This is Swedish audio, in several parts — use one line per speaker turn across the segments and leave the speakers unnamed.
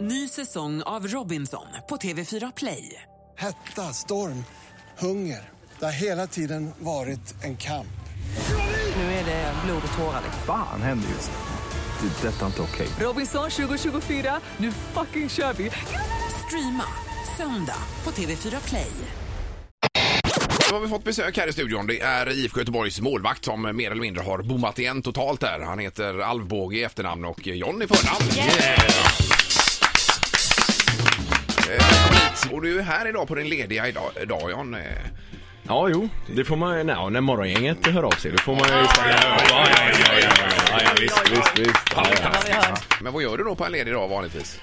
Ny säsong av Robinson på TV4 Play.
Hetta, storm, hunger. Det har hela tiden varit en kamp.
Nu är det blod och tårar. liksom.
Fan händer just nu. Det. är Detta är inte okej.
Robinson 2024, nu fucking kör vi! Streama söndag på TV4 Play.
Nu har vi fått besök här i studion. Det är IFK Göteborgs målvakt som mer eller mindre har bommat igen totalt där. Han heter Alvbåge i efternamn och John i förnamn. Yeah. Eh, välkommen hit. Och du är här idag på din lediga idag, dag John. Eh,
Ja, jo. Det får man ju... Nej, när morgongänget hör av sig, då får man ju... Ja, ja, ja, ja, ja, ja, visst, visst, visst. Ja, ja.
Men vad gör du då på en ledig dag vanligtvis?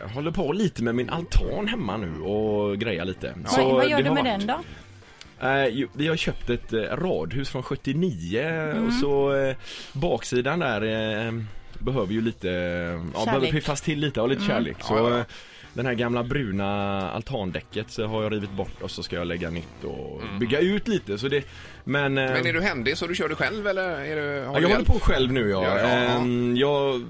Jag håller på lite med min altan hemma nu och grejar lite. Så
vad, vad
det
gör du
har
med
varit-
den då?
Eh, jo, vi har köpt ett eh, radhus från 79
Mm.
och så eh, baksidan där eh, behöver ju lite, ja, behöver piffas till lite och lite
Mm.
kärlek. Så
Ja, ja.
eh, den här gamla bruna altandäcket så har jag rivit bort och så ska jag lägga nytt och
Mm.
bygga ut lite. Så det, men, eh,
Men är du händig så du kör du själv eller? Är du, har
Ja,
du
jag håller
hjälp?
på själv nu ja.
Ja, ja, ja.
Ehm, Jag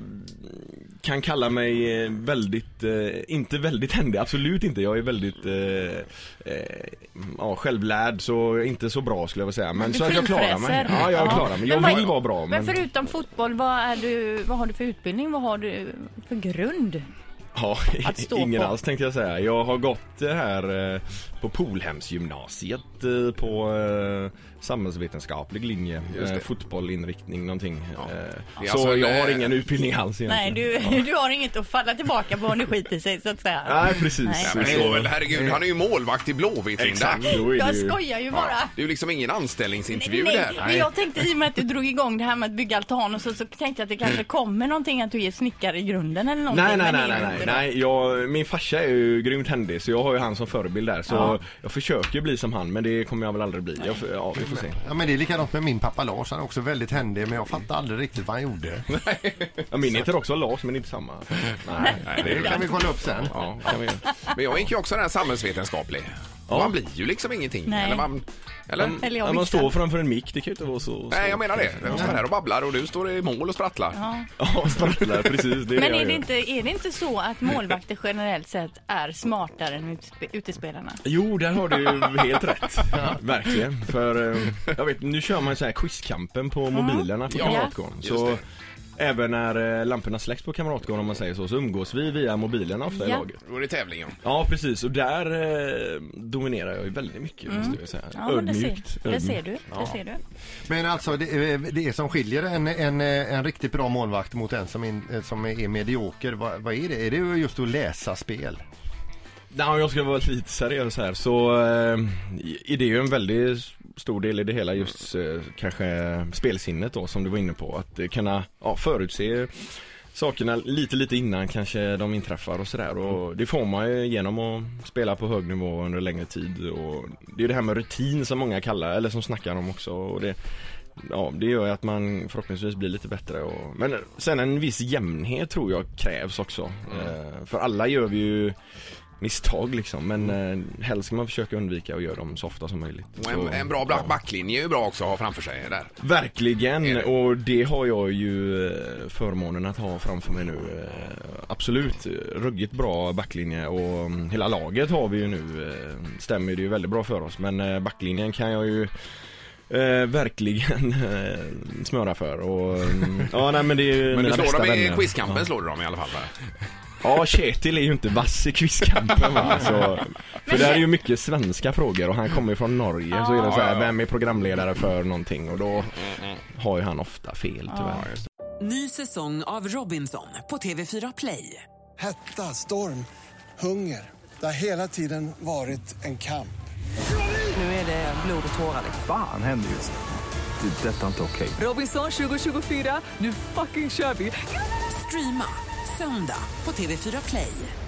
kan kalla mig eh, väldigt, eh, inte väldigt händig, absolut inte. Jag är väldigt eh, eh, ja, självlärd så inte så bra skulle jag vilja säga. Men så att jag klarar mig.
Finfräser.
Ja, jag klarar mig. Jag
vad-
vill vara bra
Men
men...
förutom fotboll, vad, är du, vad har du för utbildning? Vad har du för grund?
Ja,
att stå
ingen
på.
alls tänkte jag säga. Jag har gått eh, här eh, på Polhemsgymnasiet eh, på eh, samhällsvetenskaplig linje.
Just det.
Eh, Fotboll, inriktning, någonting. Eh,
Det är
Så
alltså en,
jag har
eh,
ingen utbildning alls egentligen.
Nej, du, du har inget att falla tillbaka på om det skiter sig så att säga.
Nej, precis.
Nej.
Ja, men det är väl, herregud, han är ju målvakt i Blåvitt Linda.
Exakt, då är det
Jag
ju...
skojar ju
Ja,
bara.
det är ju liksom ingen anställningsintervju det
Nej,
här.
men jag tänkte i och med att du drog igång det här med att bygga altan och så, så tänkte jag att det kanske kommer någonting att du är snickare i grunden eller någonting.
Mm. Nej, nej,
men
nej, nej,
det är ju
nej,
inte det.
nej. Jag, min farsa är ju grymt händig så jag har ju han som förebild där så
Ja.
jag försöker bli som han men det kommer jag väl aldrig bli. Jag, får- ja, vi får se.
Ja men det är likadant med min pappa Lars, han är också väldigt händig men jag fattar aldrig riktigt vad han gjorde.
Ja, min heter också Lars men inte samma. Nej,
Nej, det är
Det
väl
kan vi
inte.
kolla upp sen.
ja, kan vi...
Men jag gick ju också den här samhällsvetenskaplig. Man blir ju liksom ingenting.
Nej.
Eller man... Eller?
Eller jag
Ja, man
missar.
står framför en mick, det kan ju inte vara så...
Nej, jag menar det. Jag står här och babblar och du står i mål och sprattlar.
Ja, sprattlar, precis. Det är
Men
jag
är det,
gör.
inte, är det inte så att målvakter generellt sett är smartare än utspe- utespelarna?
Jo, där har du ju helt rätt. Verkligen. För eh, jag vet, nu kör man ju så här quizkampen på mobilerna på
Ja,
Kamratgården.
just
Så
det.
även när eh, lamporna släcks på Kamratgården om man säger så, så umgås vi via mobilerna ofta i
Ja.
laget.
Då är det tävling, ja.
Ja, precis. Och där eh, dominerar jag ju väldigt mycket, måste jag säga.
Mm.
Mm.
Ja, men det ser, det ser du. Det ser du.
Men alltså det, eh, det som skiljer en, en, eh, en riktigt bra målvakt mot en som, in, eh, som är medioker, vad, vad är det? Är det just att läsa spel?
Nej, om jag ska vara lite seriös här så eh, är det ju en väldigt stor del i det hela just eh, kanske spelsinnet då som du var inne på. Att eh, kunna ja, förutse sakerna lite, lite innan kanske de inträffar och sådär. Och
Mm.
det får man ju genom att spela på hög nivå under längre tid. Och det är det här med rutin som många kallar, eller som snackar om också. Och det, Ja, det gör ju att man förhoppningsvis blir lite bättre och... Men sen en viss jämnhet tror jag krävs också
Mm.
eh, För alla gör vi ju misstag liksom Men eh, helst ska man försöka undvika att göra dem så ofta som möjligt
Mm. Och en,
Så,
en bra
ja.
back- backlinje är ju bra också att ha framför sig där.
Verkligen,
Är det?
och det har jag ju eh, förmånen att ha framför mig nu eh, Absolut, ruggigt bra backlinje och mm, hela laget har vi ju nu eh, Stämmer det ju väldigt bra för oss men eh, backlinjen kan jag ju Eh, verkligen eh, smöra för och... mm, Ja nej men det är ju
Men du
mina
slår
bästa
dem i
vänner.
quizkampen, slår du dem i alla fall. va?
Ja Kjetil är ju inte vass i quizkampen va? så, För där är ju mycket svenska frågor och han kommer ju från Norge så är det så
Ja, Mm, ja, ja.
här, vem är programledare för någonting? Och då har ju han ofta fel tyvärr
Ny säsong av Robinson på TV4 Play.
Hetta, storm, hunger. Det har hela tiden varit en kamp.
Nu är det blod och tårar.
Fan händer just nu. Det. är Detta är inte okej.
Robinson 2024, nu fucking kör vi! Streama söndag på TV4 Play.